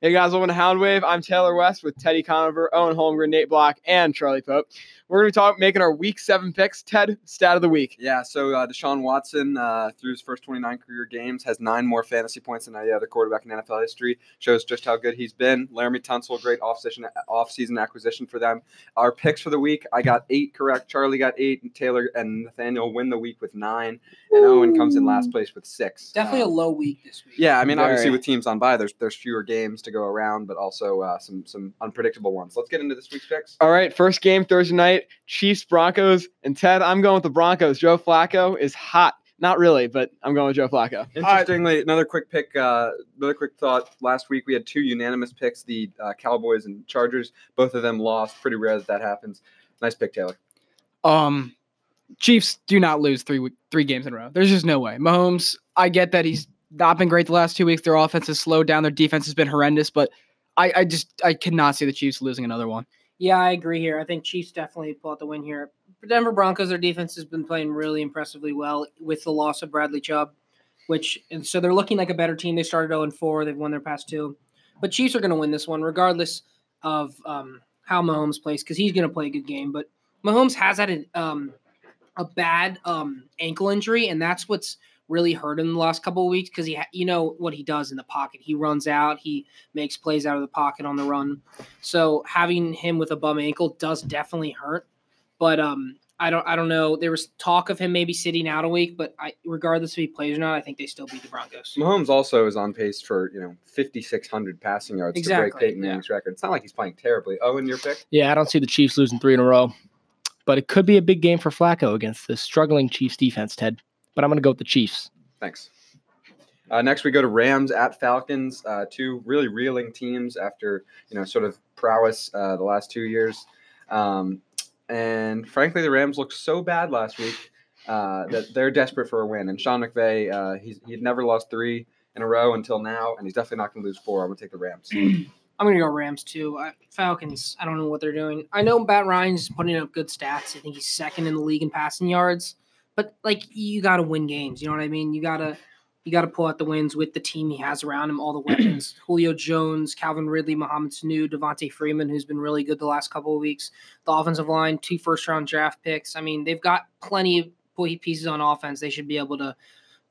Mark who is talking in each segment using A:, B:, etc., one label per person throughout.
A: Hey guys, welcome to Hound Wave. I'm Taylor West with Teddy Conover, Owen Holmgren, Nate Block, and Charlie Pope. We're going to be talking, making our Week Seven picks. Ted, stat of the week.
B: Yeah, so uh, Deshaun Watson, uh, through his first 29 career games, has nine more fantasy points than any other quarterback in NFL history. Shows just how good he's been. Laramie Tunsil, great off-season, off-season acquisition for them. Our picks for the week, I got eight correct. Charlie got eight, and Taylor and Nathaniel win the week with nine, and Owen comes in last place with six.
C: Definitely a
B: Um,
C: low week this week.
B: yeah, I mean, obviously
A: Very.
B: with teams on by, there's there's fewer games to go around, but also uh, some some unpredictable ones. Let's get into this week's picks.
A: All right, first game Thursday night, Chiefs Broncos. And Ted, I'm going with the Broncos. Joe Flacco is hot. Not really, but I'm going with Joe Flacco.
B: Interestingly, another quick pick, uh, another quick thought. Last week we had two unanimous picks: the uh, Cowboys and Chargers. Both of them lost. Pretty rare that that happens. Nice pick, Taylor.
C: Um, Chiefs do not lose three week- three games in a row. There's just no way. Mahomes, I get that he's not been great the last two weeks. Their offense has slowed down. Their defense has been horrendous, but I, I just I cannot see the Chiefs losing another one.
D: Yeah, I agree here. I think Chiefs definitely pull out the win here. For Denver Broncos, their defense has been playing really impressively well with the loss of Bradley Chubb, which and so they're looking like a better team. They started 0 4. They've won their past two, but Chiefs are going to win this one regardless of um, how Mahomes plays because he's going to play a good game. But Mahomes has had a, um, a bad um, ankle injury, and that's what's really hurt him the last couple of weeks because he ha- you know what he does in the pocket. He runs out. He makes plays out of the pocket on the run. So having him with a bum ankle does definitely hurt. But um, I don't I don't know. There was talk of him maybe sitting out a week, but I, regardless if he plays or not, I think they still beat the Broncos.
B: Mahomes also is on pace for you know 5,600 passing yards to break
D: Exactly,
B: Peyton
D: yeah.
B: Manning's record. It's not like he's playing terribly. Owen, your pick.
E: Yeah, I don't see the Chiefs losing three in a row, but it could be a big game for Flacco against the struggling Chiefs defense, Ted. But I'm going to go with the Chiefs.
B: Thanks. Uh, next, we go to Rams at Falcons. Uh, two really reeling teams after you know sort of prowess uh, the last two years, um, and frankly, the Rams looked so bad last week uh, that they're desperate for a win. And Sean McVay, uh, he's he'd never lost three in a row until now, and he's definitely not going to lose four. I'm going to take the Rams.
D: I'm gonna go Rams too. I, Falcons. I don't know what they're doing. I know Matt Ryan's putting up good stats. I think he's second in the league in passing yards. But like you got to win games. You know what I mean? You gotta you gotta pull out the wins with the team he has around him. All the weapons: Julio Jones, Calvin Ridley, Mohamed Sanu, Devontae Freeman, who's been really good the last couple of weeks. The offensive line, two first round draft picks. I mean, they've got plenty of boy pieces on offense. They should be able to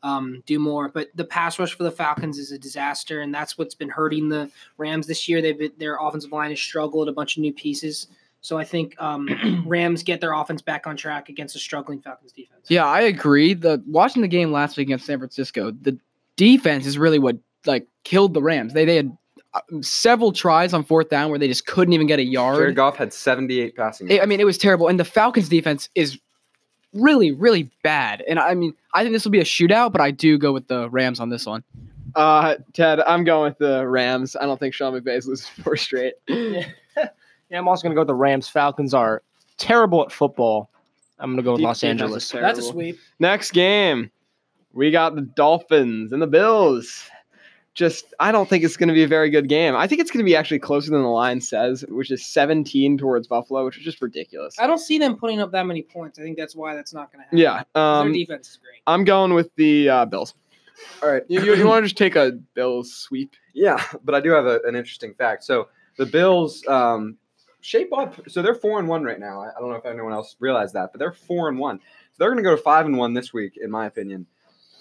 D: um, do more. But the pass rush for the Falcons is a disaster, and that's what's been hurting the Rams this year. They've been, their offensive line has struggled a bunch of new pieces. So I think um, Rams get their offense back on track against a struggling Falcons defense.
C: Yeah, I agree. The watching the game last week against San Francisco, the defense is really what like killed the Rams. They they had uh, several tries on fourth down where they just couldn't even get a
B: Jared
C: yard.
B: Goff had 78 passing.
C: It- I
B: yards.
C: mean, it was terrible. And the Falcons defense is really really bad. And I mean, I think this will be a shootout, but I do go with the Rams on this one.
A: Uh, Ted, I'm going with the Rams. I don't think Sean McVay is losing four straight.
E: Yeah, I'm also going to go with the Rams. Falcons are terrible at football. I'm going to go with
A: Deep
E: Los
A: defense
E: Angeles.
A: is
D: that's a
A: terrible.
D: sweep.
A: Next game, we got the Dolphins and the Bills. Just, I don't think it's going to be a very good game. I think it's going to be actually closer than the line says, which is 17 towards Buffalo, which is just ridiculous.
D: I don't see them putting up that many points. I think that's why that's not going to happen.
A: Yeah,
D: 'Cause their
A: um,
D: defense is great.
A: I'm going with the uh, Bills.
B: All right.
A: You, you, want to just take a Bills sweep?
B: Yeah, but I do have a, an interesting fact. So the Bills um, shape up. So they're four and one right now. I, I don't know if anyone else realized that, but they're four and one. So they're going to go to five and one this week, in my opinion.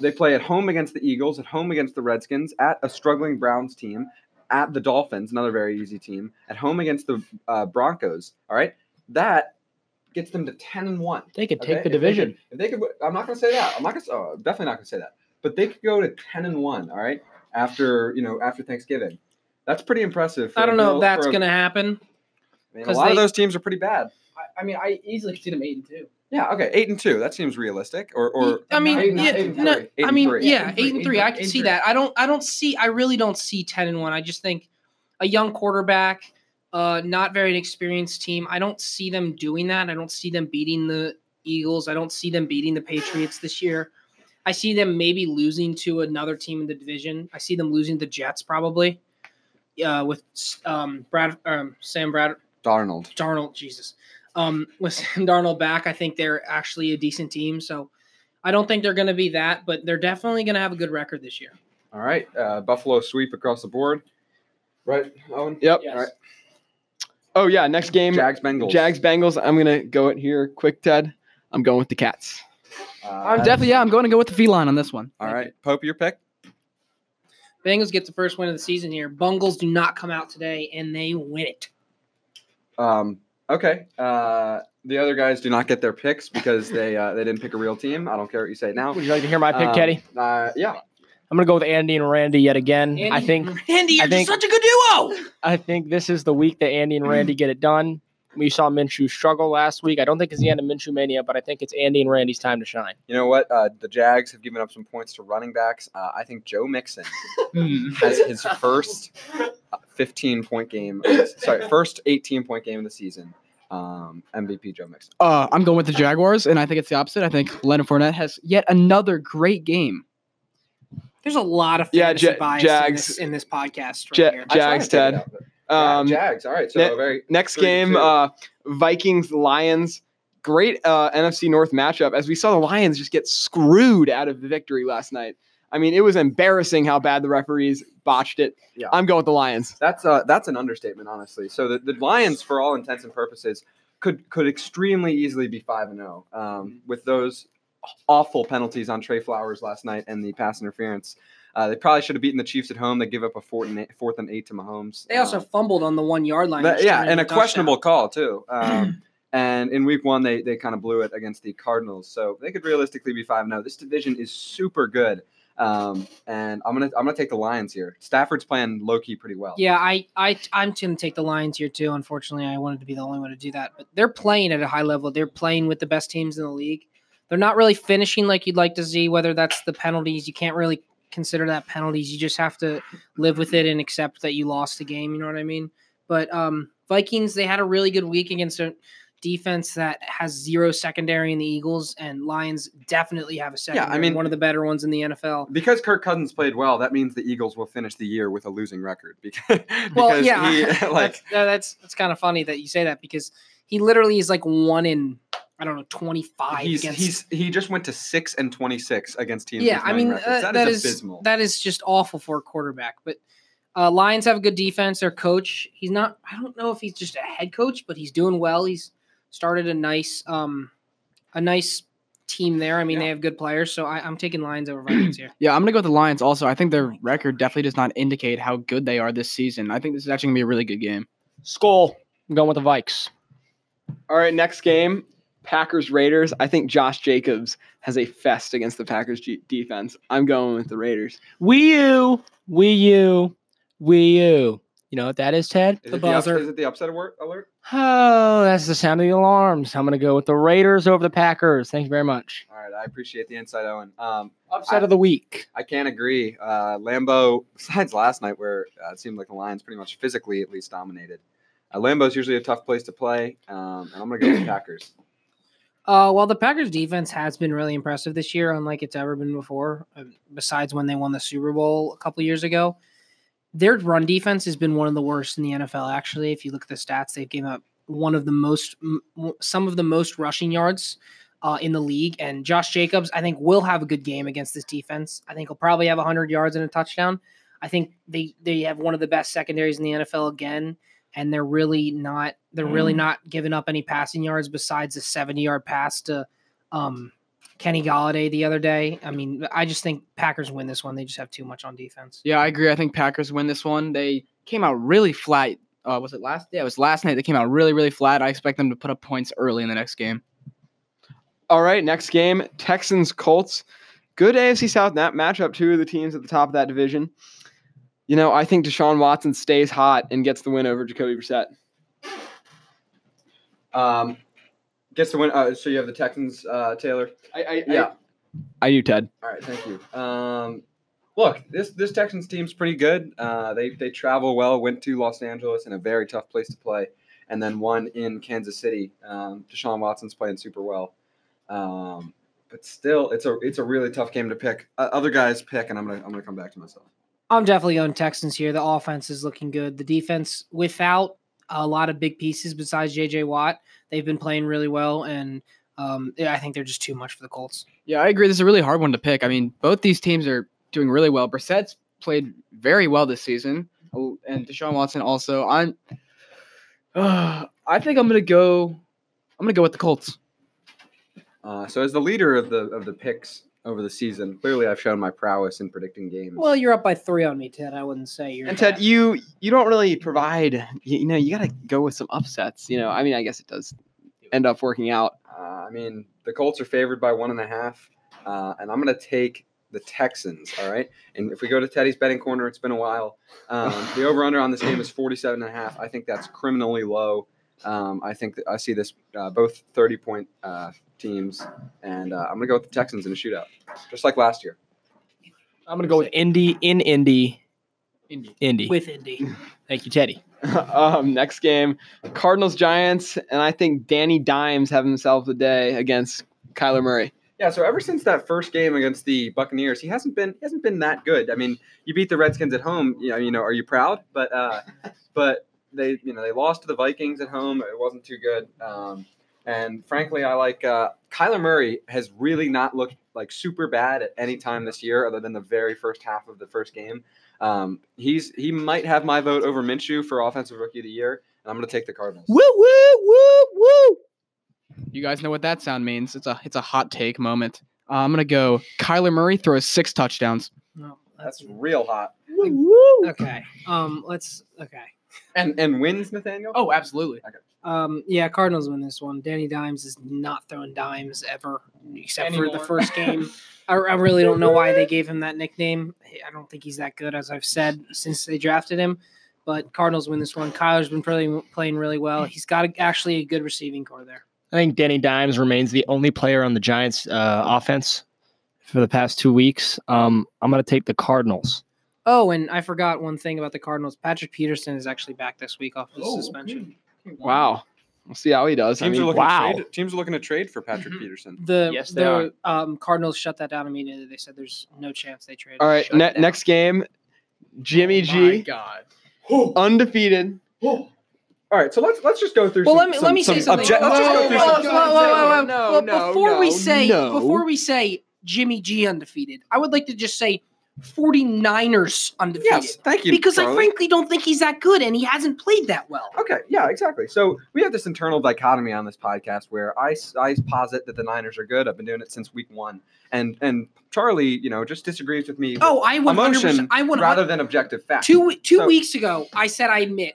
B: They play at home against the Eagles, at home against the Redskins, at a struggling Browns team, at the Dolphins, another very easy team, at home against the uh, Broncos. All right, that gets them to ten and one.
E: They could
B: Okay,
E: take the
B: if they could-
E: division.
B: If they could, I'm not going to say that. I'm not going to. Oh, definitely not going to say that. But they could go to ten and one. All right, after you know after Thanksgiving, that's pretty impressive.
D: I don't know if that's
B: going
D: going to happen.
B: I mean, a
D: 'cause
B: lot of
D: they-
B: those teams are pretty bad.
D: I, I mean, I easily could see them eight and two.
B: Yeah. Okay. Eight and two. That seems realistic. Or or
D: I mean,
B: Eight and-
D: yeah,
B: eight and
D: no,
B: three. Eight
D: I
B: and
D: mean,
B: three.
D: yeah, eight and, three. I can see that. I don't. I don't see. I really don't see ten and one. I just think a young quarterback, uh, not very experienced team. I don't see them doing that. I don't see them beating the Eagles. I don't see them beating the Patriots this year. I see them maybe losing to another team in the division. I see them losing to the Jets probably. Uh, with um, Brad, um, Sam Brad,
B: Darnold.
D: Darnold, Jesus. Um, with Sam Darnold back, I think they're actually a decent team. So I don't think they're going to be that, but they're definitely going to have a good record this year.
B: All right. Uh, Buffalo sweep across the board. Right, Owen?
A: Yep.
B: All right.
A: Oh yeah, next game
B: Jags Bengals.
A: Jags Bengals. I'm gonna go in here quick, Ted. I'm going with the Cats.
B: Uh,
C: I'm definitely yeah. I'm going to go with the feline on this one.
B: All right, Pope, your pick.
D: Bengals get the first win of the season here. Bungles do not come out today, and they win it.
B: Um, okay. Uh, the other guys do not get their picks because they uh, they didn't pick a real team. I don't care what you say now.
E: Would you like to hear my pick,
B: Um,
E: Teddy?
B: Uh, yeah.
E: I'm gonna go with Andy and Randy yet again.
D: Andy,
E: I think
D: Andy, you're
E: I
D: just
E: think-
D: such a good duo.
E: I think this is the week that Andy and Randy get it done. We saw Minshew struggle last week. I don't think it's the end of Minshew mania, but I think it's Andy and Randy's time to shine.
B: You know what? Uh, the Jags have given up some points to running backs. Uh, I think Joe Mixon has his first 15 point game. of this- Sorry, first 18 point game of the season. Um, MVP Joe Mixon.
C: Uh, I'm going with the Jaguars, and I think it's the opposite. I think Leonard Fournette has yet another great game.
D: There's a lot of
A: Yeah,
D: fantasy
A: Ja-
D: bias
A: Jags-
D: in, this, in this podcast right
A: Ja-
D: here.
B: I tried
A: Jags,
B: to take it
A: Ted.
B: out, but- Yeah,
A: Um,
B: Jags. All right. So
A: ne-
B: very
A: Next
B: Three to
A: game,
B: two.
A: uh, Vikings Lions. Great uh, NFC North matchup. As we saw, the Lions just get screwed out of the victory last night. I mean, it was embarrassing how bad the referees botched it.
B: Yeah.
A: I'm going with the Lions.
B: That's uh, that's an understatement, honestly. So the, the Lions, for all intents and purposes, could could extremely easily be five and zero
D: Mm-hmm.
B: um, with those awful penalties on Trey Flowers last night and the pass interference. Uh, they probably should have beaten the Chiefs at home. They give up a fourth and eight, fourth and eight to Mahomes.
D: They also
B: Um,
D: fumbled on the one yard line.
B: that-
D: which
B: yeah,
D: turned into
B: and a
D: touchdown.
B: questionable call too. Um, and in week one, they they kind of blew it against the Cardinals, so they could realistically be five. No, this division is super good, um, and I'm gonna I'm gonna take the Lions here. Stafford's playing low key pretty well.
D: Yeah, I, I, I'm going to take the Lions here too. Unfortunately, I wanted to be the only one to do that, but they're playing at a high level. They're playing with the best teams in the league. They're not really finishing like you'd like to see. Whether that's the penalties, you can't really consider that penalties. You just have to live with it and accept that you lost the game. You know what I mean? But um, Vikings, they had a really good week against a defense that has zero secondary in the Eagles, and Lions definitely have a secondary.
B: mean-
D: one of the better ones in the NFL.
B: because Kirk Cousins played well, that means the Eagles will finish the year with a losing record. Because,
D: Well,
B: because
D: yeah,
B: he,
D: that's,
B: like
D: that- that's that's kind of funny that you say that because he literally is like one in I don't know twenty five
B: he's,
D: against.
B: he's he just went to six and twenty six against teams.
D: yeah,
B: with
D: I
B: winning
D: mean
B: records.
D: uh,
B: that
D: that
B: is,
D: is
B: abysmal.
D: that is just awful for a quarterback. But uh, Lions have a good defense. Their coach, he's not. I don't know if he's just a head coach, but he's doing well. He's started a nice um a nice team there. I mean, they have good players, so I, I'm taking Lions over Vikings here.
C: Yeah, I'm gonna go with the Lions. Also, I think their record definitely does not indicate how good they are this season. I think this is actually gonna be a really good game.
E: Skull. I'm going with the Vikes.
A: All right, next game, Packers Raiders. I think Josh Jacobs has a fest against the Packers G- defense. I'm going with the Raiders.
E: Wii U, Wii U, Wii U. You know what that is, Ted?
B: Is
E: the
B: it the ups-
E: buzzer.
B: is it the upset alert? alert?
E: oh, that's the sound of the alarms. I'm gonna go with the Raiders over the Packers. Thank you very much.
B: All right, I appreciate the insight, Owen. Um,
E: Upset of the week.
B: I can't agree. Uh, Lambo, besides last night where uh, it seemed like the Lions pretty much physically at least dominated. Uh, Lambo's usually a tough place to play, um, and I'm gonna go with the Packers.
D: Uh, well, the Packers' defense has been really impressive this year, unlike it's ever been before. um, Besides when they won the Super Bowl a couple years ago, their run defense has been one of the worst in the NFL. Actually, if you look at the stats, they've given up one of the most, m- w- some of the most rushing yards uh, in the league. And Josh Jacobs, I think, will have a good game against this defense. I think he'll probably have 100 yards and a touchdown. I think they they have one of the best secondaries in the NFL again and they're really not they're really not giving up any passing yards besides the 70 yard pass to um Kenny Galladay the other day. I mean, I just think Packers win this one. They just have too much on defense.
C: Yeah, I agree. I think Packers win this one. They came out really flat. Uh, was it last? Yeah, it was last night. They came out really, really flat. I expect them to put up points early in the next game.
A: All right, next game, Texans Colts. Good AFC South na- matchup. Two of the teams at the top of that division. You know, I think Deshaun Watson stays hot and gets the win over Jacoby Brissett.
B: Um, gets the win. Uh, so you have the Texans, uh, Taylor.
A: I, I,
B: Yeah.
A: I, I do, Ted.
B: All right, thank you. Um, look, this this Texans team's pretty good. Uh, they they travel well. Went to Los Angeles in a very tough place to play, and then won in Kansas City. Um, Deshaun Watson's playing super well, um, but still, it's a it's a really tough game to pick. Uh, other guys pick, and I'm gonna I'm gonna come back to myself.
D: I'm definitely going Texans here. The offense is looking good. The defense without a lot of big pieces besides JJ Watt, they've been playing really well and um, yeah, I think they're just too much for the Colts.
C: Yeah, I agree. This is a really hard one to pick. I mean, both these teams are doing really well. Brissett's played very well this season. Oh, and Deshaun Watson also. I'm. I think I'm gonna go. I'm gonna go with the Colts.
B: Uh, so as the leader of the of the picks over the season, clearly I've shown my prowess in predicting games.
D: Well, you're up by three on me, Ted. I wouldn't say you're.
A: And Ted,
D: bad.
A: you you don't really provide. You, you know, you got to go with some upsets. You know, I mean, I guess it does end up working out.
B: uh, I mean, the Colts are favored by one and a half, uh, and I'm going to take the Texans. All right, and if we go to Teddy's betting corner, it's been a while. Um, the over under on this game is 47 and a half. I think that's criminally low. Um, I think that I see this uh, both 30 point uh, teams, and uh, I'm going to go with the Texans in a shootout, just like last year.
E: I'm gonna go with Indy in Indy.
C: Indy.
E: Indy.
D: with Indy.
E: Thank you, Teddy.
A: um, next game, Cardinals Giants, and I think Danny Dimes have himself a day against Kyler Murray.
B: Yeah, so ever since that first game against the Buccaneers, he hasn't been he hasn't been that good. I mean, you beat the Redskins at home, you know, you know are you proud? But uh, but they you know they lost to the Vikings at home. It wasn't too good. Um, and frankly, I like uh, Kyler Murray has really not looked like super bad at any time this year, other than the very first half of the first game. Um, he's he might have my vote over Minshew for offensive rookie of the year, and I'm going to take the Cardinals.
E: Woo woo woo woo.
C: You guys know what that sound means. It's a it's a hot take moment. Uh, I'm gonna go. Kyler Murray throws six touchdowns.
D: No,
B: That's real hot.
E: Woo woo.
D: okay. Um, let's okay.
B: And and wins Nathaniel.
C: Oh, absolutely.
D: Um, yeah, Cardinals win this one. Danny Dimes is not throwing dimes ever, except for the
C: Anymore.
D: first game. I, I really don't know why they gave him that nickname. I don't think he's that good, as I've said since they drafted him. But Cardinals win this one. Kyler's been playing playing really well. He's got a, actually a good receiving core there.
E: I think Danny Dimes remains the only player on the Giants uh, offense for the past two weeks. Um, I'm going to take the Cardinals.
D: Oh, and I forgot one thing about the Cardinals. Patrick Peterson is actually back this week off
A: Oh,
D: his suspension.
A: Wow, we'll see how he does. I
B: Teams are
A: mean,
B: looking
E: wow.
B: to trade. Teams are looking to trade for Patrick
D: Mm-hmm.
B: Peterson.
D: The
E: Yes, they
D: the um, Cardinals shut that down immediately. They said there's no chance they trade.
A: all right,
D: Shut
A: ne-
D: it down.
A: next game,
E: Oh
A: Jimmy
C: My
A: G,
C: God.
A: undefeated.
B: All right, so let's let's just go through.
D: Well,
B: some,
D: let me
B: some-
D: let me say
B: some
D: something.
B: obje- let's just go
A: Whoa,
B: through
A: whoa,
B: some-
A: whoa, whoa, no,
D: Well,
A: no,
D: before we
A: no,
D: say
A: no.
D: before we say Jimmy G undefeated, I would like to just say 49ers undefeated.
B: Yes, thank you.
D: because I
B: Charlie.
D: frankly don't think he's that good and he hasn't played that well.
B: Okay, yeah, exactly. So we have this internal dichotomy on this podcast where I, s- I posit that the Niners are good. I've been doing it since week one, and and Charlie, you know, just disagrees with me.
D: Oh, I 100
B: emotion
D: I would
B: rather than objective fact.
D: two two
B: So-
D: weeks ago I said I admit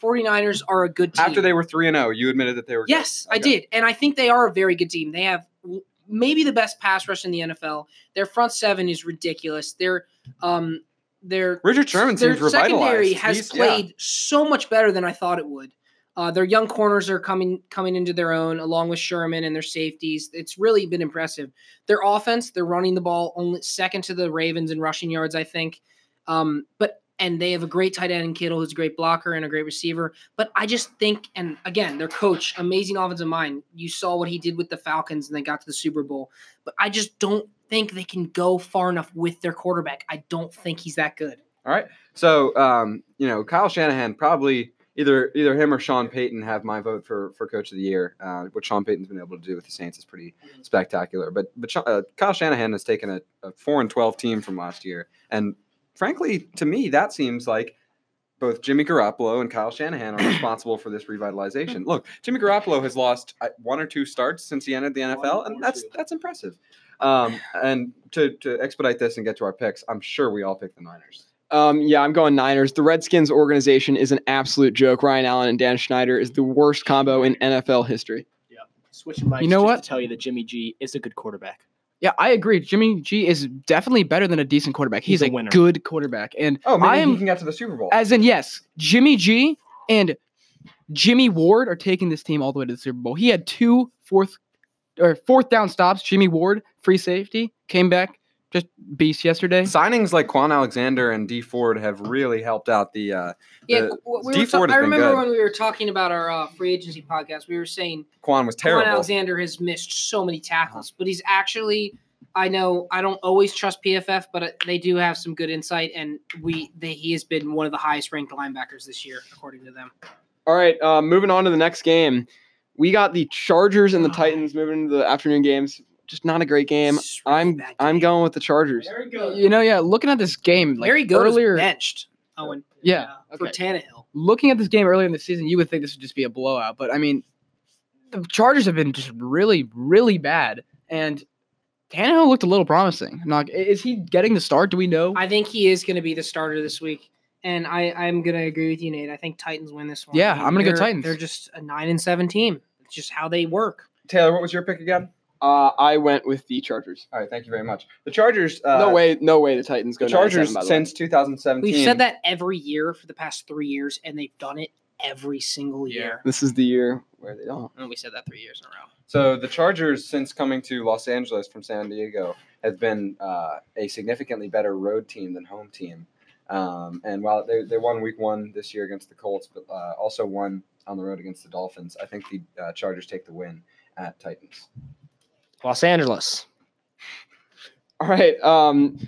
D: 49ers are a good team.
B: after they were three and zero, you admitted that they were. good.
D: Yes, I
B: Okay.
D: did. And I think they are a very good team. They have w- maybe the best pass rush in the NFL. Their front seven is ridiculous. Their um their
B: Richard Sherman
D: their
B: seems revitalized.
D: secondary has
B: He's- yeah.
D: played so much better than I thought it would. Uh, their young corners are coming coming into their own, along with Sherman and their safeties. It's really been impressive. Their offense, they're running the ball only second to the Ravens in rushing yards, I think. Um, but and they have a great tight end in Kittle, who's a great blocker and a great receiver. But I just think, and again, their coach, amazing offensive mind. You saw what he did with the Falcons, and they got to the Super Bowl. But I just don't think they can go far enough with their quarterback. I don't think he's that good.
B: All right. So um, you know, Kyle Shanahan probably either either him or Sean Payton have my vote for for coach of the year. Uh, what Sean Payton's been able to do with the Saints is pretty spectacular. But but Sha- uh, Kyle Shanahan has taken a, a four and twelve team from last year, and frankly, to me, that seems like. Both Jimmy Garoppolo and Kyle Shanahan are responsible for this revitalization. Look, Jimmy Garoppolo has lost uh, one or two starts since he entered the NFL, and that's that's impressive. Um, and to, to expedite this and get to our picks, I'm sure we all pick the Niners.
A: Um, yeah, I'm going Niners. The Redskins organization is an absolute joke. Ryan Allen and Dan Schneider is the worst combo in NFL history.
E: Switching mics.
C: You know
E: just
C: what?
E: To tell you that Jimmy G is a good quarterback.
C: Yeah, I agree. Jimmy G is definitely better than a decent quarterback. He's,
E: He's a
C: a,
E: winner.
C: good quarterback, and
B: Oh, maybe
C: I am
B: he can get to the Super Bowl.
C: As in, yes, Jimmy G and Jimmy Ward are taking this team all the way to the Super Bowl. He had two fourth or fourth down stops. Jimmy Ward, free safety, came back just beast yesterday.
B: Signings like Quan Alexander and D Ford have really helped out the. Uh,
D: Yeah,
B: The-
D: qu- we were
B: D
D: ta-
B: Ford has
D: I
B: been
D: remember
B: good.
D: when we were talking about our uh, free agency podcast, we were saying
B: Quan was
D: Quan
B: terrible.
D: Alexander has missed so many
C: Uh-huh.
D: tackles, but he's actually. I know I don't always trust PFF, but uh, they do have some good insight, and we they, he has been one of the highest ranked linebackers this year, according to them.
A: All right, uh, moving on to the next game. We got the Chargers and the Titans moving to the afternoon games. Just not a great game.
D: It's really
A: I'm
D: bad
A: I'm
D: game.
A: going with the Chargers.
C: You know, yeah, looking at this game, like
D: Larry Goat is
C: earlier,
D: benched. Owen, uh,
C: Yeah.
D: for
A: Okay.
D: Tannehill.
C: Looking at this game earlier in the season, you would think this would just be a blowout, but I mean, the Chargers have been just really, really bad, and Tannehill looked a little promising. I'm not, is he getting the start? Do we know?
D: I think he is going to be the starter this week, and I I'm going to agree with you, Nate. I think Titans win this one.
C: Yeah,
D: I mean,
C: I'm gonna go
D: they're-
C: Titans.
D: They're just a nine and seven team. It's just how they work.
B: Taylor, what was your pick again?
A: Uh, I went with the Chargers.
B: All right, thank you very much. The Chargers. Uh,
A: no way, no way. The Titans go.
B: The Chargers
A: 9-7, by the way.
B: since 2017.
D: We've said that every year for the past three years, and they've done it every single
C: Yeah.
D: year.
A: this is the year where they don't.
D: And we said that three years in a row.
B: So the Chargers, since coming to Los Angeles from San Diego, has been uh, a significantly better road team than home team. Um, and while they, they won Week One this year against the Colts, but uh, also won on the road against the Dolphins, I think the uh, Chargers take the win at Titans.
E: Los Angeles.
A: All right. Um,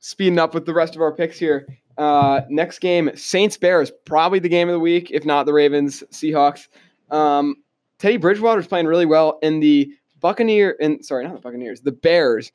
A: speeding up with the rest of our picks here. Uh, next game, Saints Bears, probably the game of the week, if not the Ravens Seahawks. Um, Teddy Bridgewater's playing really well, and the Buccaneer and sorry, not the Buccaneers, the Bears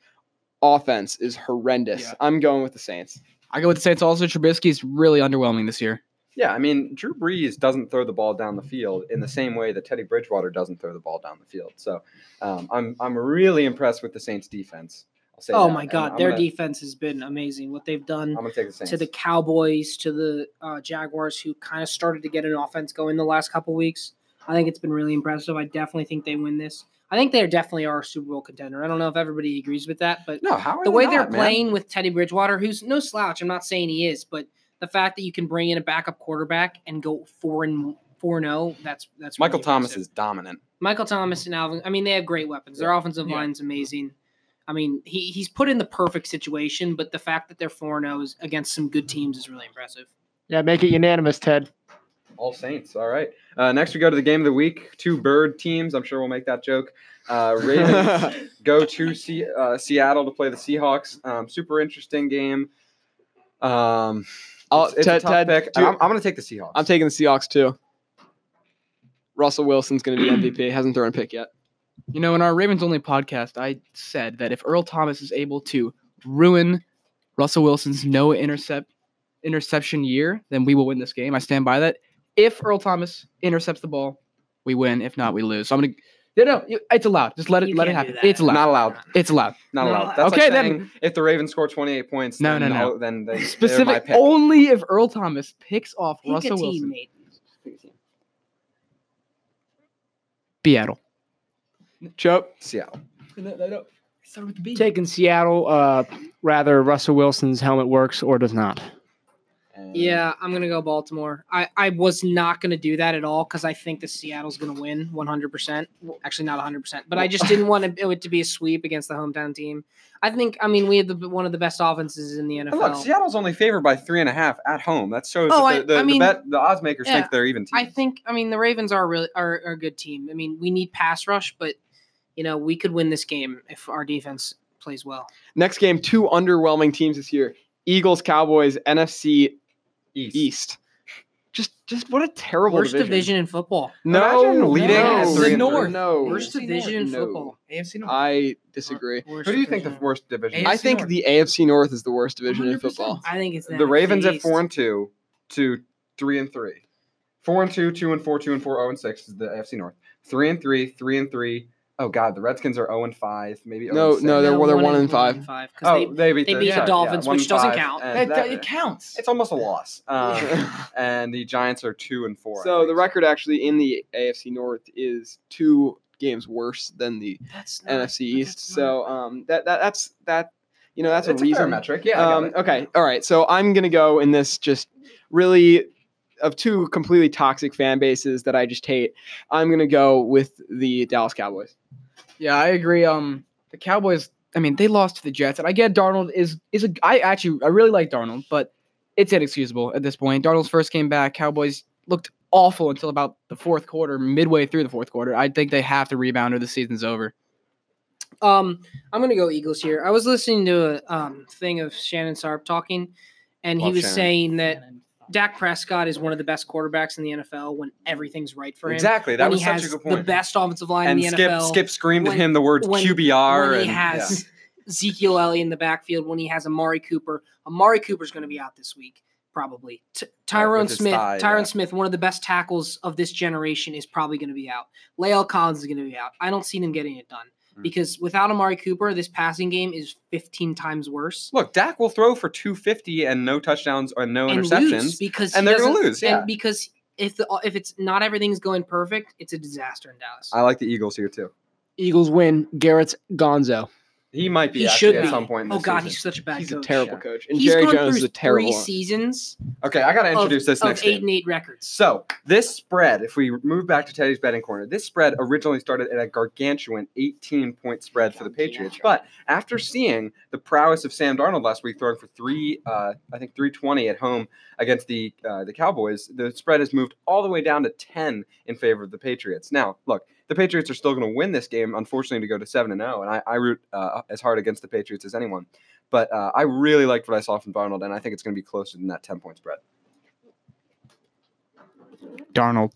A: offense is horrendous.
C: Yeah.
A: I'm going with the Saints.
C: I go with the Saints. Also, Trubisky's really underwhelming this year.
B: Yeah, I mean, Drew Brees doesn't throw the ball down the field in the same way that Teddy Bridgewater doesn't throw the ball down the field. So um, I'm I'm really impressed with the Saints defense. I'll say
D: Oh
B: that.
D: my
B: And
D: God,
B: I'm
D: their
B: gonna-
D: defense has been amazing. What they've done
B: I'm gonna take the Saints.
D: to the Cowboys, to the uh, Jaguars, who kind of started to get an offense going the last couple weeks. I think it's been really impressive. I definitely think they win this. I think they definitely are a Super Bowl contender. I don't know if everybody agrees with that, but
B: no, how are
D: the
B: they
D: way
B: not,
D: they're
B: man?
D: playing with Teddy Bridgewater, who's no slouch, I'm not saying he is, but the fact that you can bring in a backup quarterback and go four and four and zero, that's that's
B: Michael
D: really
B: Thomas
D: impressive.
B: is dominant.
D: Michael Thomas and Alvin. I mean, they have great weapons. Their offensive
C: Yeah.
D: line's amazing. I mean, he, he's put in the perfect situation, but the fact that they're 4 0 is against some good teams is really impressive.
E: Yeah, make it unanimous, Ted.
B: All Saints. All right. Uh, next, we go to the game of the week. Two bird teams. I'm sure we'll make that joke. Uh, Ravens go to C- uh, Seattle to play the Seahawks. Um, super interesting game. Um,
A: I'll-
B: it's, it's a
A: Ted-
B: tough
A: Ted,
B: pick.
A: do-
B: I'm, I'm going to take the Seahawks.
A: I'm taking the Seahawks too. Russell Wilson's going to be MVP. Hasn't thrown a pick yet.
C: You know, in our Ravens only podcast, I said that if Earl Thomas is able to ruin Russell Wilson's no intercept interception year, then we will win this game. I stand by that. If Earl Thomas intercepts the ball, we win. If not, we lose. So I'm gonna. No, no, you- it's allowed. Just let it
D: You
C: let it
D: can't do
C: happen.
D: that.
C: It's allowed.
B: Not allowed.
C: it's allowed.
B: Not
D: No,
B: allowed.
D: no,
B: That's
C: okay,
B: like
C: then.
B: saying if the Ravens score 28 points,
C: No,
B: then
C: no, no.
B: I'll- then they, they're my
C: Specific
B: pick.
C: only if Earl Thomas picks off
D: Pick
C: Russell
D: a team,
C: Wilson.
D: mate.
C: Seattle.
A: Chope.
B: Seattle.
C: Start with the B.
E: Taking Seattle, uh, rather Russell Wilson's helmet works or does not.
B: And
D: Yeah, I'm going to go Baltimore. I, I was not going to do that at all because I think the Seattle's going to win 100%. Actually, not 100%, but I just didn't want it- it to be a sweep against the hometown team. I think, I mean, we have the, one of the best offenses in the NFL.
B: And look, Seattle's only favored by three and a half at home. That shows
D: Oh,
B: that
D: I-
B: the, the,
D: I mean-
B: the, bet, the odds makers
D: Yeah,
B: think they're even teams.
D: I think I mean the Ravens are really are, are a good team. I mean, we need pass rush, but you know, we could win this game if our defense plays well.
A: Next game, two underwhelming teams this year. Eagles, Cowboys, NFC
B: East.
A: East. Just just what a terrible
D: Worst division.
A: division.
D: in football.
A: No,
B: Imagine leading
A: no,
B: at three
A: the
B: and
A: North.
B: three.
A: No.
D: Worst division in
A: No.
D: football. AFC
A: I disagree.
B: Who do you think the worst division?
A: I
B: is?
D: AFC
A: think
D: North.
A: the AFC North is the worst division in
C: 100%.
A: football.
D: I think it's
B: the Ravens
D: NFC
B: at four and two to three and three. Four and two, two and four, two and four, oh and six is the AFC North. Three and three, three and three. Oh God, the Redskins are zero and five, maybe. 0
A: No,
B: and six.
A: no, they're- well, they're one and five.
D: because
B: Oh, they, beat,
D: they
B: the,
D: beat the
B: yeah,
D: Dolphins,
B: one
D: which
B: and
D: doesn't
B: five,
D: count.
B: and
C: That,
B: that-
C: it counts.
B: it's almost a loss. Um, and the Giants are two and four. I
A: so the
B: think.
A: record actually in the AFC North is two games worse than the
D: that's
A: NFC East. So um, that, that that's that you know that's
B: It's
A: a
B: fair
A: reason.
B: metric. Yeah. I got
A: Um,
B: it.
A: okay, all right. So I'm gonna go in this just really of two completely toxic fan bases that I just hate. I'm gonna go with the Dallas Cowboys.
C: Yeah, I agree. Um, the Cowboys. I mean, they lost to the Jets, and I get Darnold is is a. I actually I really like Darnold, but it's inexcusable at this point. Darnold's first came back. Cowboys looked awful until about the fourth quarter, midway through the fourth quarter. I think they have to rebound, or the season's over.
D: Um, I'm gonna go Eagles here. I was listening to a um, thing of Shannon Sharp talking, and he
B: Love
D: was
B: Shannon.
D: saying that Dak Prescott is one of the best quarterbacks in the NFL when everything's right for him.
B: Exactly. That
D: when
B: was
D: he
B: such
D: has
B: a good
D: The
B: point.
D: best offensive line
B: And
D: in the
B: Skip
D: NFL.
B: Skip screamed
D: when-
B: at him the words
D: when-
B: QBR
D: when he
B: and yeah.
D: has Ezekiel Elliott in the backfield, when he has Amari Cooper. Amari Cooper's going to be out this week. probably. T- Tyrone
B: his
D: Smith,
B: thigh,
D: Tyrone
B: yeah.
D: Smith, one of the best tackles of this generation, is probably going to be out. Lael Collins is going to be out. I don't see them getting it done
B: Mm.
D: because without Amari Cooper, this passing game is 15 times worse.
B: Look, Dak will throw for 250 and no touchdowns or no
D: and lose
B: interceptions.
D: because
B: and
D: he
B: they're gonna
D: doesn't-
B: lose, yeah.
D: And because if the if it's not everything's going perfect, it's a disaster in Dallas.
B: I like the Eagles here too.
E: Eagles win. Garrett's Gonzo.
B: He might be
D: He
B: actually
D: should
B: at
D: be.
B: some point. in
D: oh
B: this
D: God,
B: season.
D: he's such a bad
A: He's a
D: coach.
A: terrible
B: yeah.
A: coach, and
D: He's
A: Jerry
D: gone
A: Jones is
D: through
A: a terrible.
D: three seasons
B: okay. I got to
D: of-
B: introduce this
D: of
B: next
D: eight
B: game.
D: and eight records.
B: So this spread, if we move back to Teddy's betting corner, this spread originally started at a gargantuan 18 point spread for the Patriots. But after seeing the prowess of Sam Darnold last week, throwing for three, uh, I think 320 at home against the uh, the Cowboys, the spread has moved all the way down to 10 in favor of the Patriots. Now, look, the Patriots are still going to win this game, unfortunately, to go to seven and zero. And I, I root uh, as hard against the Patriots as anyone. But uh, I really liked what I saw from Darnold, and I think it's going to be closer than that 10 point spread.
E: Darnold.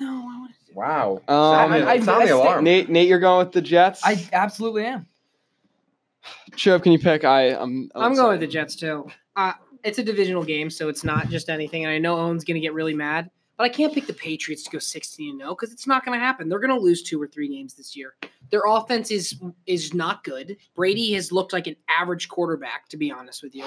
D: No, I want to.
B: Wow.
A: Um,
B: Sound the-
C: I- I-
B: sound the
C: I-
B: alarm.
A: Nate, Nate, you're going with the Jets.
C: I absolutely am.
A: Chubb, can you pick? I, I'm.
D: I'm going with the Jets too. Uh, it's a divisional game, so it's not just anything. And I know Owen's going to get really mad, but I can't pick the Patriots to go 16 and 0 because it's not going to happen. They're going to lose two or three games this year. Their offense is is not good. Brady has looked like an average quarterback, to be honest with you.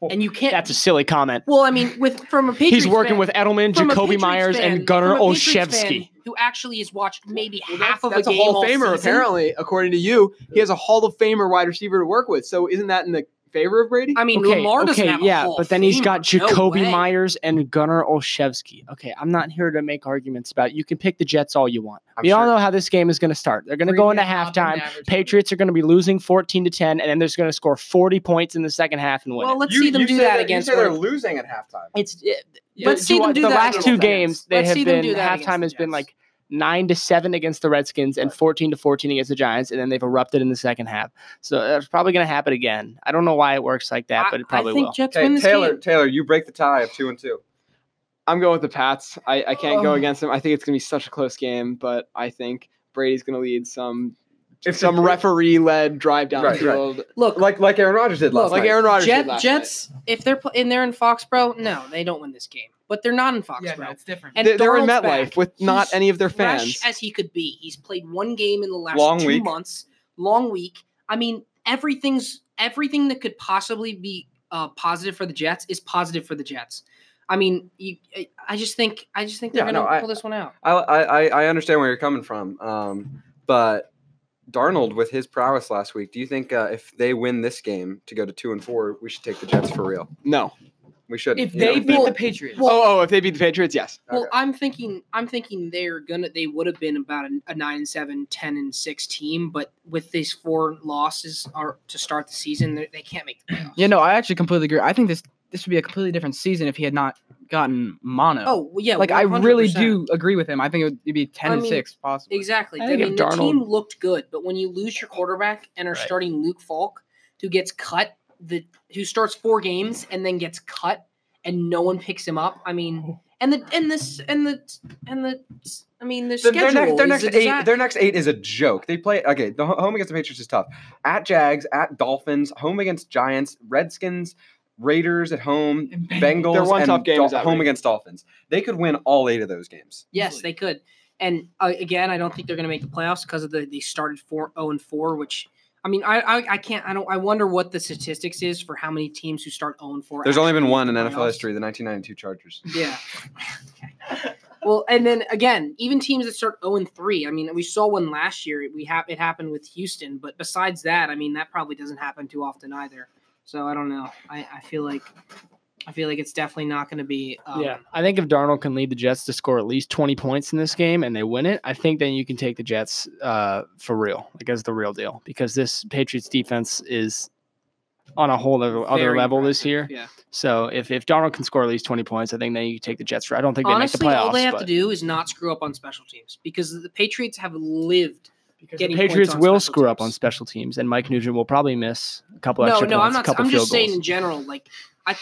D: And you can't.
E: That's a silly comment.
D: well, I mean, with from a Patriots
E: He's working
D: fan-
E: with Edelman,
D: from a
E: Jacoby
D: Patriots
E: Myers,
D: fan-
E: and
D: from
E: Gunnar
D: a Patriots fan
E: Olszewski.
D: who actually has watched maybe half
A: Half
D: of
A: that's
D: a
A: a,
D: game
A: Hall
D: all
A: of Famer,
D: season.
A: apparently, according to you. He has a Hall of Famer wide receiver to work with. So isn't that in the favor of Brady?
D: I mean,
E: Okay,
D: Lamar doesn't
E: okay,
D: have a
E: yeah,
D: Hall
E: but
D: of
E: then he's
D: Famer.
E: got
D: No
E: Jacoby
D: way.
E: Myers and Gunnar Olszewski. Okay, I'm not here to make arguments about. You can pick the Jets all you want.
B: I'm
E: we all
B: sure.
E: know how this game is going to start. They're going to go into halftime. Patriots are going to be losing 14 to 10, and then they're going to score 40 points in the second half and win.
D: Well,
E: it.
D: let's
B: You-
D: see them
B: you
D: do
B: say
D: that against.
B: You say they're
D: Oregon.
B: losing at halftime.
E: It's it,
D: Let's
E: the-
D: see
E: the-
D: them do
E: the
D: that
E: last
D: against
E: two
D: the
E: games.
D: Jets.
E: They
D: Let's
E: have
D: see them
E: been
D: do that against
E: halftime
D: the
E: has been
D: Jets.
E: like nine to seven against the Redskins and 14 to 14 against the Giants, and then they've erupted in the second half. So that's probably going to happen again. I don't know why it works like that,
D: I-
E: but it probably
D: I think
E: will.
D: Jets
B: Hey,
D: win this
B: Taylor,
D: game.
B: Taylor, you break the tie of two and two.
A: I'm going with the Pats. I, I can't go
E: Oh.
A: against them. I think it's going to be such a close game, but I think Brady's going to lead some
B: If
A: some referee led drive down
B: Right,
A: the
B: right.
A: field,
D: Look,
B: like like Aaron Rodgers did last
A: like
B: night.
A: Aaron Rodgers. did
D: Jet,
A: last
D: Jets, if they're pl- in there in Foxborough, no, they don't win this game. But they're not in Foxborough.
C: Yeah, no, it's different.
A: night.
D: and
A: They, they were in
D: Darnold's
A: MetLife
D: back.
A: with not
D: He's
A: any of their
D: Fresh
A: fans.
D: as he could be, he's played one game in the last
B: Long
D: two
B: week.
D: months. Long week. I mean, everything's everything that could possibly be uh, positive for the Jets is positive for the Jets. I mean, you, I- I just think I just think they're
B: Yeah,
D: gonna
B: no, I-
D: pull this one out.
B: I, I I- I understand where you're coming from, um, but Darnold with his prowess last week. Do you think uh, if they win this game to go to two and four, we should take the Jets for real?
A: no.
B: We should.
C: If
B: You don't
C: they
B: think-
C: beat the
D: Well-
C: Patriots,
D: well-
A: oh, oh, if they beat the Patriots, yes.
D: Well,
B: Okay.
D: I'm thinking I'm thinking they're gonna they would have been about a, a nine and seven, 10 and six team, but with these four losses are to start the season, they they can't make the playoffs.
C: yeah, no, I actually completely agree. I think this this would be a completely different season if he had not gotten mono.
D: Oh well, yeah,
C: like I really
D: 100%.
C: do agree with him. I think it would it'd be ten
D: I
C: and
D: mean,
C: six possibly.
D: Exactly.
E: I
D: I,
E: think if
D: mean, the
E: Darnold-
D: team looked good, but when you lose your quarterback and are
E: Right.
D: starting Luke Falk, who gets cut, the who starts four games and then gets cut, and no one picks him up. I mean, and the and this and the and the I mean, the
B: The-
D: schedule
B: their next, their
D: is
B: next
D: a
B: eight,
D: disaster.
B: their next eight is a joke. They play okay. The ho- home against the Patriots is tough. At Jags, at Dolphins, home against Giants, Redskins, Raiders at home,
C: And
B: Bengals,
A: Their one
B: and
A: tough game
B: Dol-
A: is at
B: home
A: Raiders.
B: against Dolphins. They could win all eight of those games.
D: Yes,
C: Easily.
D: they could. And uh, again, I don't think they're going to make the playoffs because of the they started four zero and four, which. I mean, I, I I can't I don't I wonder what the statistics is for how many teams who start 0 and 4.
B: There's only
D: actually
B: been
D: make
B: one
D: the
B: in NFL
D: playoffs.
B: history, the 1992 Chargers.
D: Yeah. well, and then again, even teams that start 0 and 3, I mean, we saw one last year. We have it happened with Houston, but besides that, I mean, that probably doesn't happen too often either. So I don't know. I, I feel like I feel like it's definitely not going to be um,
E: yeah, I think if Darnold can lead the Jets to score at least 20 points in this game and they win it, I think then you can take the Jets uh, for real, like as the real deal, because this Patriots defense is on a whole other, other
D: very
E: level this
D: impressive.
E: year.
D: Yeah.
E: So if, if Darnold can score at least 20 points, I think then you can take the Jets for. I don't think they
D: Honestly,
E: make the playoffs.
D: all they have
E: but-
D: to do is not screw up on special teams because the Patriots have lived.
E: Because
D: getting
E: the
D: points
E: Patriots
D: on
E: will
D: special
E: screw up
D: teams.
E: on special teams, and Mike Nugent will probably miss a couple
D: No,
E: extra
D: no,
E: points,
D: I'm
E: a
D: not.
E: couple
D: I'm
E: field
D: just
E: goals.
D: saying in general. Like, I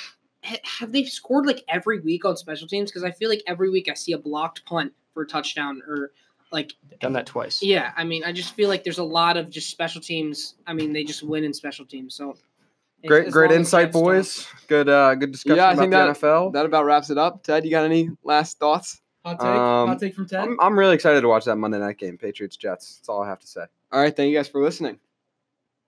D: ha- have they scored like every week on special teams because I feel like every week I see a blocked punt for a touchdown or like
E: They've Done that twice.
D: Yeah, I mean, I just feel like there's a lot of just special teams. I mean, they just win in special teams. So as-
B: Great,
D: as
B: great
D: long as
B: insight,
D: Jets don't-
B: boys. Good, uh, good discussion
A: Yeah, I
B: about
A: think
B: the NFL.
A: That about wraps it up. Ted, you got any last thoughts?
C: Hot
B: take? Hot Um,
C: take from Ted.
B: I'm, I'm really excited to watch that Monday night game, Patriots Jets. That's all I have to say.
A: All right, thank you guys for listening.